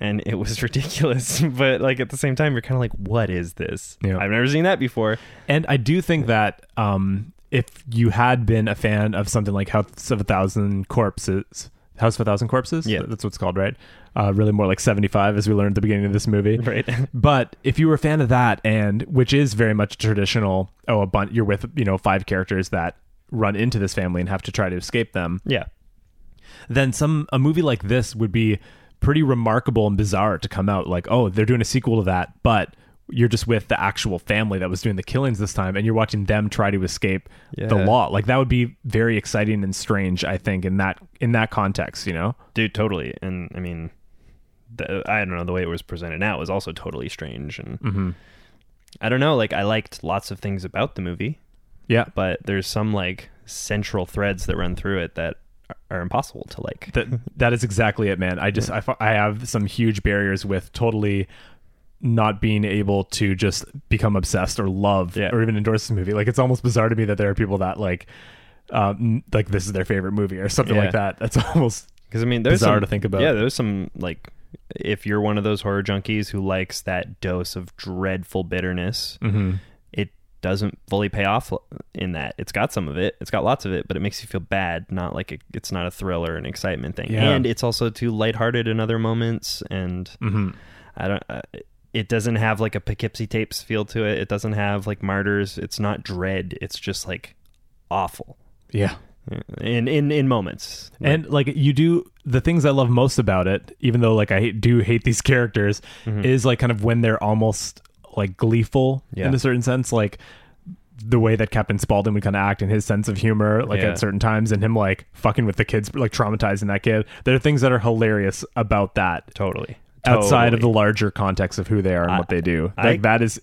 and it was ridiculous. [LAUGHS] but like at the same time, you're kind of like, what is this? Yeah. I've never seen that before. And I do think that um, if you had been a fan of something like House of a Thousand Corpses, House of a Thousand Corpses, Yeah. that's what it's called, right? Uh, really more like 75, as we learned at the beginning of this movie. Right. But if you were a fan of that, and which is very much traditional, oh, a bunch, you're with, you know, five characters that run into this family and have to try to escape them [LAUGHS] Yeah. then some a movie like this would be pretty remarkable and bizarre to come out like oh they're doing a sequel to that but you're just with the actual family that was doing the killings this time and you're watching them try to escape the Yeah. law like that would be very exciting and strange i think in that in that context you know dude totally and i mean the, i don't know the way it was presented now was also totally strange and i don't know like i liked lots of things about the movie yeah but there's some like central threads that run through it that are impossible to like that that is exactly it man i just I, fi- I have some huge barriers with totally not being able to just become obsessed or love Yeah. or even endorse this movie like it's almost bizarre to me that there are people that like um like this is their favorite movie or something Yeah. like that that's [LAUGHS] almost because i mean there's Bizarre some- to think about. yeah there's some like if you're one of those horror junkies who likes that dose of dreadful bitterness Mm-hmm. it doesn't fully pay off in that it's got some of it it's got lots of it but it makes you feel bad not like a, it's not a thriller and excitement thing Yeah. and it's also too lighthearted in other moments and Mm-hmm. i don't uh, it doesn't have like a poughkeepsie tapes feel to it it doesn't have like martyrs it's not dread it's just like awful yeah in in in moments and like you do the things i love most about it even though like i hate- do hate these [LAUGHS] characters Mm-hmm. is like kind of when they're almost like gleeful Yeah. in a certain sense like the way that captain Spaulding would kind of act and his sense of humor like Yeah. at certain times and him like fucking with the kids like traumatizing that kid there are things that are hilarious about that totally outside of Totally. the larger context of who they are and what they do I- like that is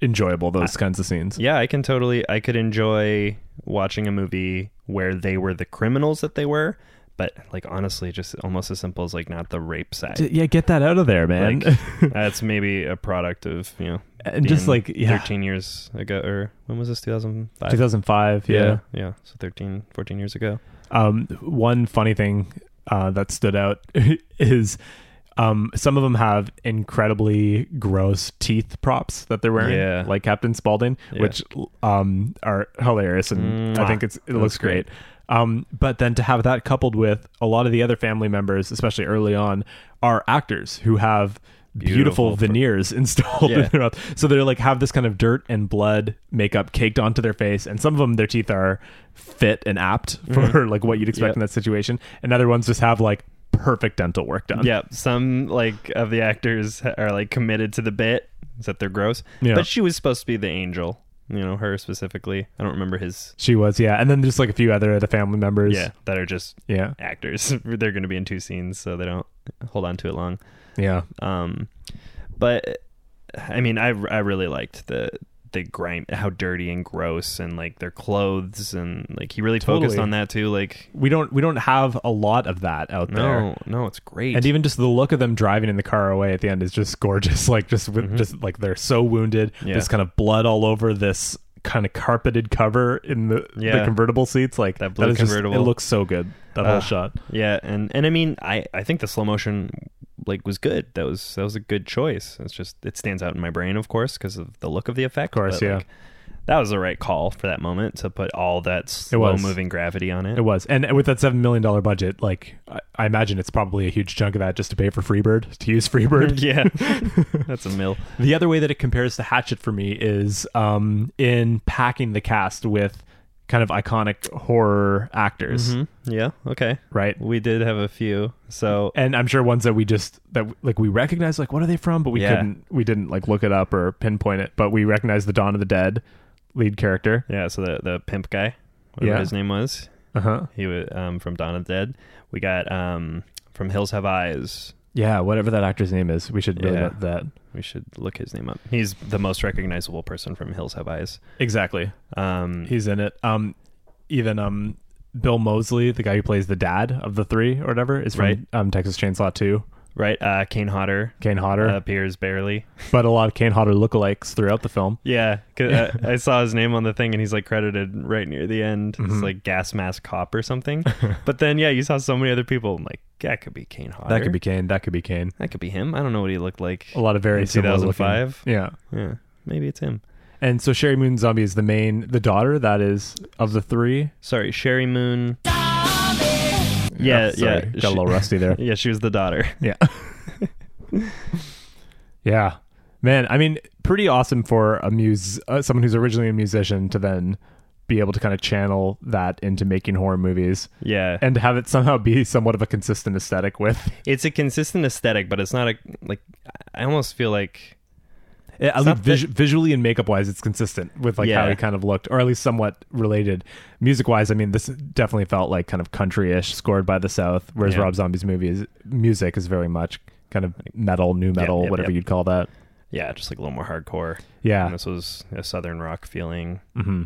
enjoyable those kinds of scenes Yeah, I can totally. I could enjoy watching a movie where they were the criminals that they were, but like honestly, just almost as simple as like not the rape D- side. yeah get that out of there man Like, [LAUGHS] that's maybe a product of you know, [LAUGHS] And just, being like, yeah. thirteen years ago, or when was this? Two thousand five. 2005 yeah. Yeah, yeah. So 13, 14 years ago. Um, one funny thing uh, that stood out [LAUGHS] is um, some of them have incredibly gross teeth props that they're wearing, Yeah. like Captain Spaulding, Yeah. which um, are hilarious, and I think it's it looks great. Um, but then to have that coupled with a lot of the other family members, especially early on, are actors who have beautiful, Beautiful veneers [LAUGHS] installed Yeah. in their mouth. So they're like have this kind of dirt and blood makeup caked onto their face, and some of them their teeth are fit and apt [LAUGHS] for Mm-hmm. like what you'd expect Yep. in that situation, and other ones just have like perfect dental work done. Yeah, some like of the actors are like committed to the bit is that they're gross. Yeah. But she was supposed to be the angel. You know, her specifically. I don't remember his. she was. Yeah, and then just like a few other of the family members. Yeah, that are just yeah, actors. [LAUGHS] They're going to be in two scenes, so they don't hold on to it long. yeah. Um, but I mean, I I really liked the the grime, how dirty and gross, and like their clothes, and like he really focused Totally. on that too. Like, We don't we don't have a lot of that out there. no, no, it's great. And e- even just the look of them driving in the car away at the end is just gorgeous. [LAUGHS] Like just with just like they're so wounded. Mm-hmm. Yeah. This kind of blood all over this kind of carpeted cover in the, the Yeah. convertible seats. Like That blue is just- convertible. it looks so good. That Ah. whole shot. yeah, and and I mean, I I think the slow motion like was good. That was that was a good choice. It's just it stands out in my brain, of course, because of the look of the effect. Of course, yeah. that was the right call for that moment to put all that slow was. moving gravity on it. It was. And with that seven million dollar budget, like I, I imagine it's probably a huge chunk of that just to pay for Freebird, to [LAUGHS] use [LAUGHS] Freebird. yeah, that's a mill. The other way that it compares to Hatchet for me is um, in packing the cast with kind of iconic horror actors. Mm-hmm. Hmm? Yeah. Okay. Right. We did have a few. So and I'm sure ones that we just that like we recognize like what are they from, but we Yeah. couldn't we didn't like look it up or pinpoint it, but we recognize the Dawn of the Dead, lead character. Yeah, so the the pimp guy, whatever Yeah. his name was, Uh huh. he was um, from Dawn of the Dead. We got um, from Hills Have Eyes. Yeah, whatever that actor's name is, we should really Yeah. note that. We should look his name up. He's the most recognizable person from Hills Have Eyes. Exactly. Um, He's in it. Um, even um, Bill Mosley, the guy who plays the dad of the three or whatever, is from Right. um, Texas Chainsaw Two. right, uh, Kane Hodder Kane Hodder, appears barely. but a lot of Kane Hodder lookalikes throughout the film. Yeah, 'cause, uh, I saw his name on the thing, and he's like credited right near the end. It's like gas mask cop or something. but then, yeah, you saw so many other people. I'm like, that could be Kane Hodder. That could be Kane. That could be Kane. That could be him. I don't know what he looked like. A lot of very In similar looking- 2005? Yeah. Yeah, maybe it's him. And so Sherry Moon Zombie is the main, the daughter that is of the three. Sorry, Sherry Moon. Yeah, Oh, sorry, yeah, Got a little rusty [LAUGHS] there. Yeah, she was the daughter. Yeah. [LAUGHS] yeah. Man, I mean, pretty awesome for a muse, uh, someone who's originally a musician to then be able to kind of channel that into making horror movies Yeah, and to have it somehow be somewhat of a consistent aesthetic with it's a consistent aesthetic, but it's not a like. I almost feel like Eh, at not least vis- visually and makeup wise it's consistent with like how Yeah. he kind of looked or at least somewhat related music wise i mean this definitely felt like kind of country-ish scored by the south whereas Yeah. rob zombie's movie is music is very much kind of metal new metal yep, whatever yep. you'd call that yeah, just like a little more hardcore. yeah And this was a southern rock feeling. hmm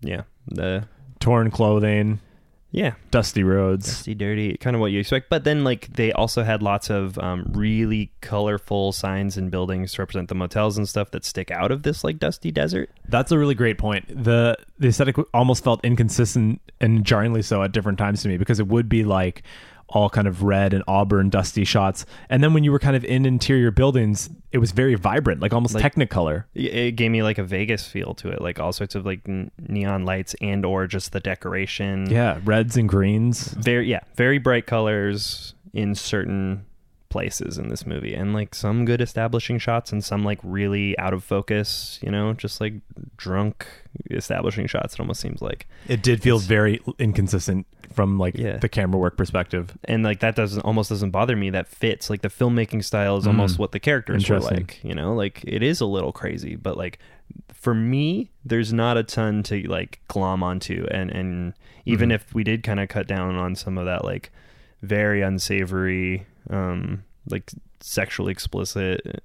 Yeah, the torn clothing yeah, dusty roads dusty, dirty, kind of what you expect. But then like they also had lots of um, really colorful signs and buildings to represent the motels and stuff that stick out of this like dusty desert. that's a really great point the the aesthetic almost felt inconsistent and jarringly so at different times to me because it would be like all kind of red and auburn dusty shots and then when you were kind of in interior buildings it was very vibrant like almost technicolor it it gave me like a Vegas feel to it, like all sorts of like n- neon lights and or just the decoration. yeah reds and greens very yeah, very bright colors in certain places in this movie, and like some good establishing shots and some like really out of focus. You know, just like drunk establishing shots. It almost seems like, it did feel very inconsistent from like Yeah. the camera work perspective and like that doesn't almost doesn't bother me. That fits like the filmmaking style is almost what the characters were Interesting. like. You know, like it is a little crazy, but like for me, there's not a ton to like glom onto, and and even if we did kind of cut down on some of that like very unsavory, um, like sexually explicit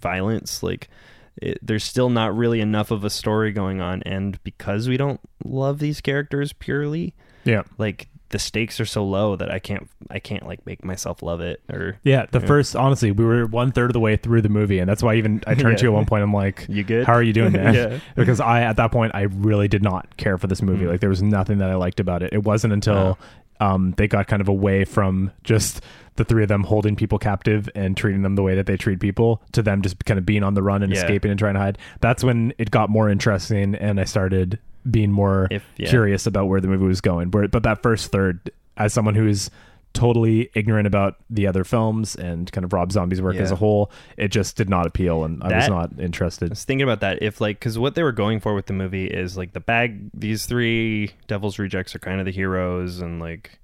violence, like. It, there's still not really enough of a story going on, and because we don't love these characters purely, yeah like the stakes are so low that I can't I can't like make myself love it or yeah the first honestly we were one third of the way through the movie and that's why even i [LAUGHS] turned to you at one point i'm like You good? how are you doing [LAUGHS] man [LAUGHS] Yeah. Mm. because i at that point i really did not care for this movie like there was nothing that i liked about it it wasn't until um, they got kind of away from just the three of them holding people captive and treating them the way that they treat people to them just kind of being on the run and Yeah. escaping and trying to hide that's when it got more interesting and i started being more If- yeah. curious about where the movie was going Where- but that first third as someone who is totally ignorant about the other films and kind of rob zombie's work Yeah. as a whole it just did not appeal and i was That- not interested I was thinking about that if like because what they were going for with the movie is like the bag these three devil's rejects are kind of the heroes and like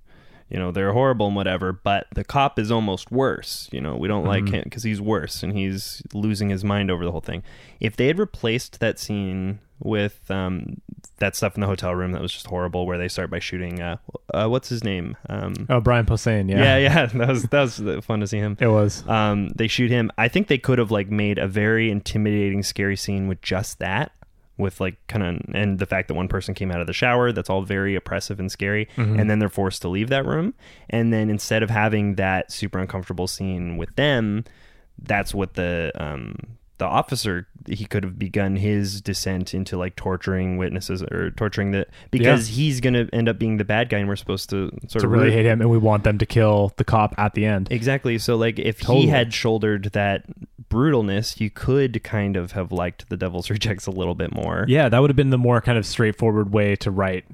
you know they're horrible and whatever but the cop is almost worse you know we don't like Mm-hmm. him because he's worse and he's losing his mind over the whole thing if they had replaced that scene with um that stuff in the hotel room that was just horrible where they start by shooting uh, uh what's his name um Oh, Brian Posehn. Yeah. yeah, yeah. [LAUGHS] That was that was fun to see him. It was. Um, they shoot him. I think they could have like made a very intimidating, scary scene with just that, with like kind of and the fact that one person came out of the shower. That's all very oppressive and scary. Mm-hmm. And then they're forced to leave that room. And then instead of having that super uncomfortable scene with them, that's what the um the officer he could have begun his descent into like torturing witnesses or torturing the because he's gonna end up being the bad guy and we're supposed to sort To of really root- hate him, and we want them to kill the cop at the end. Exactly. So like if Totally. he had shouldered that brutalness, you could kind of have liked the Devil's [LAUGHS] Rejects a little bit more. Yeah, that would have been the more kind of straightforward way to write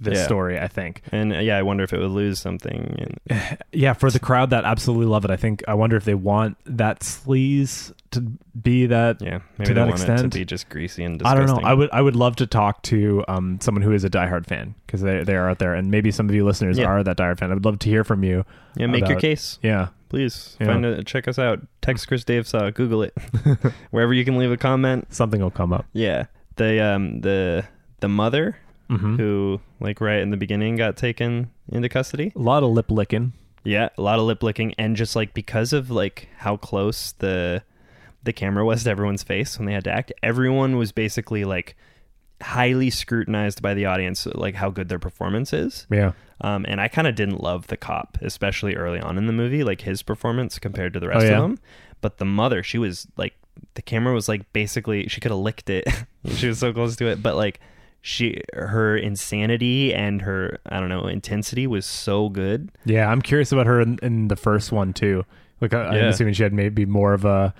this Yeah. story, I think. And uh, yeah, I wonder if it would lose something. And, Yeah, for the crowd that absolutely love it, I think I wonder if they want that sleaze to be that. yeah, To maybe that they want it to extent? be just greasy and I disgusting. don't know. I would I would love to talk to um, someone who is a diehard fan because they, they are out there, and maybe some of you listeners Yeah. are that diehard fan. I would love to hear from you. yeah, make your about- case, Yeah, please. Yeah. Find it, check [LAUGHS] us out. Text Chris Dave Saw. Google it. Wherever you can leave a comment. something will come up. Yeah. the um the the mother Mhm. who like right in the beginning got taken into custody. A lot of lip licking. Yeah, a lot of lip licking and just like because of like how close the the camera was to everyone's face when they had to act, everyone was basically like highly scrutinized by the audience like how good their performance is. Yeah. Um, and I kind of didn't love the cop, especially early on in the movie, like his performance compared to the rest yeah? of them. But the mother, she was like, the camera was like basically, she could have licked it. [LAUGHS] she was so close to it. But like, she, her insanity and her, I don't know, intensity was so good. Yeah, I'm curious about her in, in the first one too. Like, I, I'm Yeah. assuming she had maybe more of a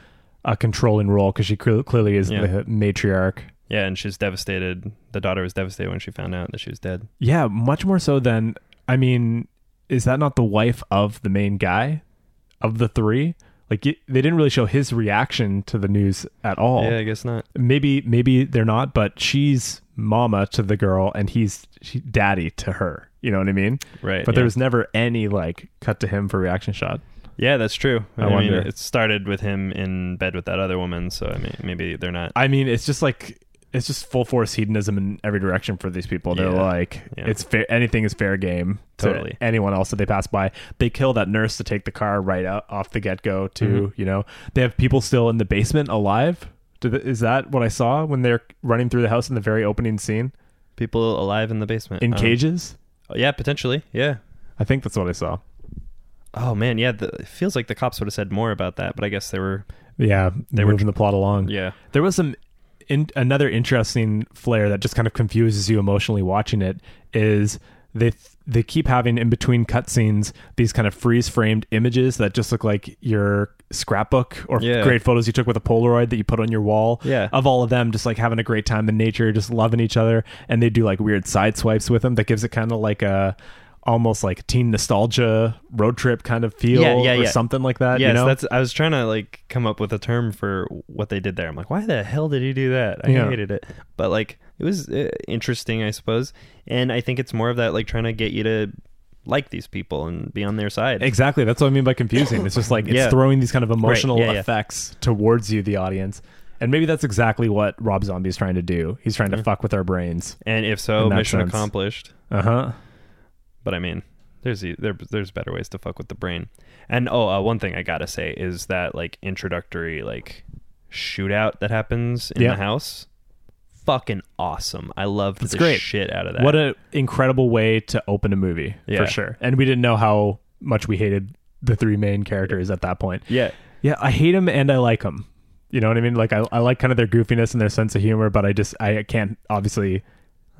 a controlling role because she cl- clearly is Yeah. the matriarch. Yeah. And she's devastated. The daughter was devastated when she found out that she was dead. Yeah, much more so than I mean, is that not the wife of the main guy of the three? Like, y they didn't really show his reaction to the news at all. Yeah, I guess not. Maybe, maybe they're not, but she's mama to the girl, and he's she, daddy to her. You know what I mean? Right, But there yeah. was never any like cut to him for reaction shot. Yeah, that's true. I, wonder. Mean, it started with him in bed with that other woman. So I mean, maybe they're not. I mean, it's just like it's just full force hedonism in every direction for these people. They're Yeah. like, Yeah. it's fair. Anything is fair game. to Totally. Anyone else that they pass by, they kill that nurse to take the car right out, off the get go. To you know, they have people still in the basement alive. Do the, is that what I saw when they're running through the house in the very opening scene People alive in the basement. in Um, cages? Yeah, potentially. Yeah. Uh-huh. I think that's what I saw. Oh man, yeah. The, it feels like the cops would have said more about that, but I guess they were. Yeah, they were moving tr- the plot along. Yeah. there was some in, another interesting flair that just kind of confuses you emotionally watching it is they they keep having in between cutscenes these kind of freeze framed images that just look like your scrapbook or Yeah. great photos you took with a Polaroid that you put on your wall Yeah. of all of them just like having a great time in nature, just loving each other, and they do like weird side swipes with them that gives it kind of like a almost like teen nostalgia road trip kind of feel Yeah, yeah, or yeah. something like that. Yes, you know? that's. I was trying to like come up with a term for what they did there. I'm like, why the hell did he do that? I Yeah. hated it. But like, it was uh, interesting, I suppose. And I think it's more of that like trying to get you to like these people and be on their side. Exactly. That's what I mean by confusing. It's just like [LAUGHS] it's Yeah. throwing these kind of emotional yeah, yeah. effects towards you, the audience. And maybe that's exactly what Rob Zombie is trying to do. He's trying to fuck with our brains. and if so, In that mission sense. accomplished. Uh huh. But I mean, there's e- there, there's better ways to fuck with the brain. And oh, uh, one thing I gotta say is that like introductory like shootout that happens in Yeah. the house, fucking awesome. I loved the great. shit out of that. What an incredible way to open a movie, Yeah. for sure. And we didn't know how much we hated the three main characters at that point. yeah, Yeah, I hate him and I like him. You know what I mean? Like I, I like kind of their goofiness and their sense of humor, but I just I can't obviously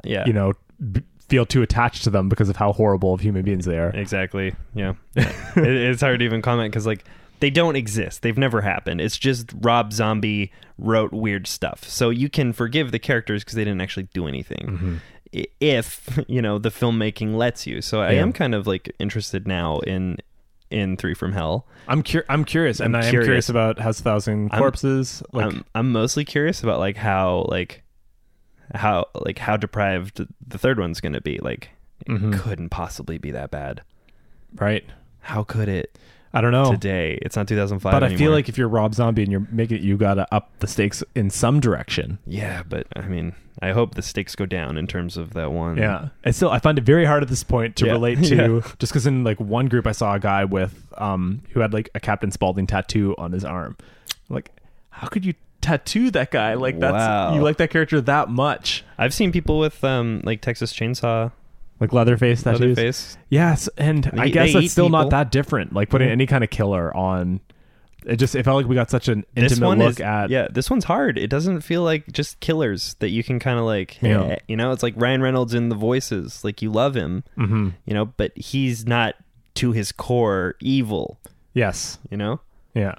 yeah, you know b- feel too attached to them because of how horrible of human beings they are. exactly. Yeah, [LAUGHS] Yeah. it, it's hard to even comment because like they don't exist. They've never happened. It's just Rob Zombie wrote weird stuff, so you can forgive the characters because they didn't actually do anything. Mm-hmm. I- If [LAUGHS] you know the filmmaking lets you, so I Yeah. am kind of like interested now in in Three from Hell. I'm cur- I'm curious, and I'm I am curious. curious about House of Thousand I'm- Corpses. like, I'm I'm mostly curious about like how like how like how deprived the third one's going to be. Like Mm-hmm. it couldn't possibly be that bad. right? How could it I don't know. today? It's not 2005. Oh. but I feel anymore. like if you're Rob Zombie and you're making it, you gotta up the stakes in some direction. Yeah, but I mean, I hope the stakes go down in terms of that one. Yeah, it's still I find it very hard at this point to Yeah. relate to, [LAUGHS] Yeah. just because in like one group I saw a guy with um who had like a Captain Spaulding tattoo on his arm. Like, how could you tattoo that guy? Like that's Wow. you like that character that much? I've seen people with um like Texas Chainsaw Like Leatherface tattoos. Leatherface. Yes, and I They- guess they it's eat still not people. Mm-hmm. that different. Like putting any kind of killer on, it just it felt like we got such an This intimate one look is at. yeah. This one's hard. It doesn't feel like just killers that you can kind of like Yeah. eh, you know. It's like Ryan Reynolds in The Voices. Like you love him, hmm you know, but he's not to his core evil. Yes. You know. Yeah.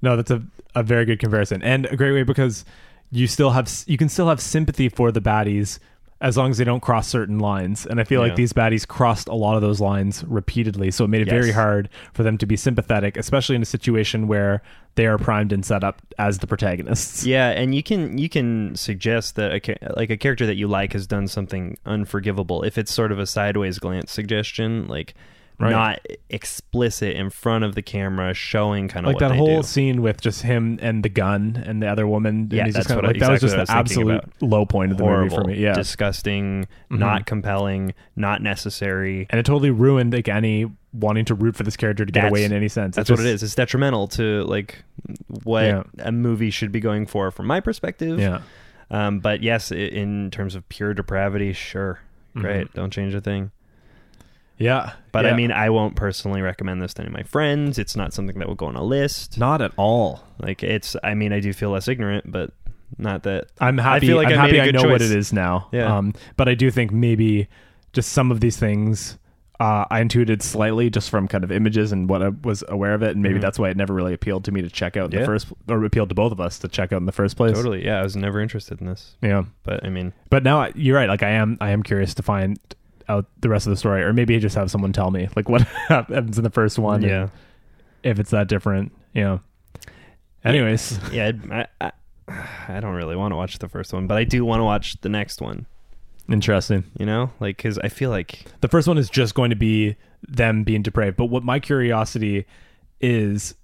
No, that's a a very good comparison and a great way because you still have s- you can still have sympathy for the baddies as long as they don't cross certain lines. And I feel Yeah. like these baddies crossed a lot of those lines repeatedly, so it made it very Yes. hard for them to be sympathetic, especially in a situation where they are primed and set up as the protagonists. Yeah, and you can you can suggest that a cha- like a character that you like has done something unforgivable if it's sort of a sideways glance suggestion, like Right. not explicit in front of the camera, showing kind of like what that they whole do. scene with just him and the gun and the other woman. and Yeah, he's just that's kinda what- like that was exactly just the what I was thinking absolute low point of the horrible, movie for me. Yeah, Mm-hmm. disgusting, not compelling, not necessary. and it totally ruined like any wanting to root for this character to get That's- away in any sense. That's It's what it just- is. It's detrimental to like what Yeah. a movie should be going for, from my perspective. Yeah, Um, but yes, i- in terms of pure depravity, sure, great. Mm-hmm. Don't change a thing. yeah. But I yeah. mean, I won't personally recommend this to any of my friends. It's not something that will go on a list. not at all. Like it's. I mean, I do feel less ignorant, but not that. I'm happy. I feel like am I made happy. a I good know what choice. it is now. Yeah. Um, but I do think maybe just some of these things uh, I intuited slightly just from kind of images and what I was aware of it, and maybe that's why it never really appealed to me to check out in Mm-hmm. Yeah. the first, or appealed to both of us to check out in the first place. Totally. Yeah, I was never interested in this. Yeah. But I mean, But now I- you're right. Like I am. I am curious to find out the rest of the story, or maybe just have someone tell me like [LAUGHS] what happens in the first one. and yeah, If it's that different. Yeah. Anyways. yeah. I, I, I don't really want to watch the first one, but I do want to watch the next one. Interesting. You know, like because I feel like The first one is just going to be them being depraved. But what my curiosity is,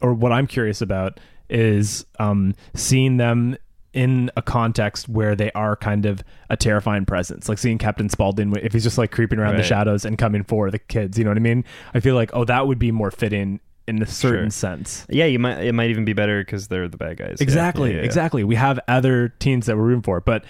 or what I'm curious about, is um, seeing them in a context where they are kind of a terrifying presence. Like seeing Captain Spaulding, if he's just like creeping around the Right. shadows and coming for the kids, you know what I mean? I feel like, oh, that would be more fitting in a certain Sure. sense. yeah, you might it might even be better because they're the bad guys. Yeah, Exactly, yeah, yeah. exactly. We have other teens that we're rooting for, but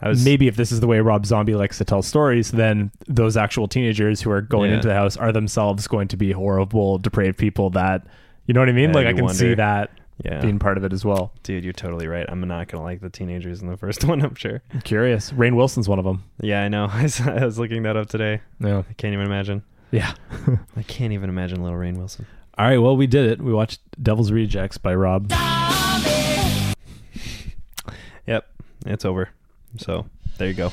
I was- maybe if this is the way Rob Zombie likes to tell stories, then those actual teenagers who are going Yeah. into the house are themselves going to be horrible, depraved people that you know what I mean? Yeah, like I you can see wonder. that Yeah. being part of it as well. Dude, you're totally right. I'm not gonna like the teenagers in the first [LAUGHS] one. I'm sure. I'm curious. Rain Wilson's one of them. Yeah, I know. [LAUGHS] I, saw- I was looking that up today. Yeah. I can't even imagine. Yeah. [LAUGHS] I can't even imagine Little Rain Wilson. All right, well, we did it. We watched Devil's Rejects by Rob. Yep, it's over. So there you go.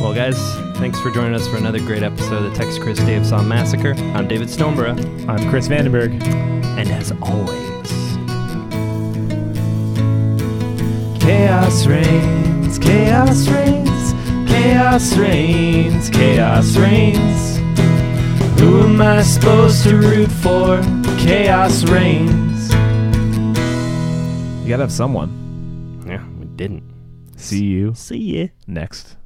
Well, guys, thanks for joining us for another great episode of the Tex Chris Dave Saw Massacre. I'm David Stoneborough, I'm Chris Vandenberg. and as always. Chaos reigns, chaos reigns, chaos reigns, chaos reigns. Who am I supposed to root for? Chaos reigns. You gotta have someone. Yeah, we didn't. See you See ya. next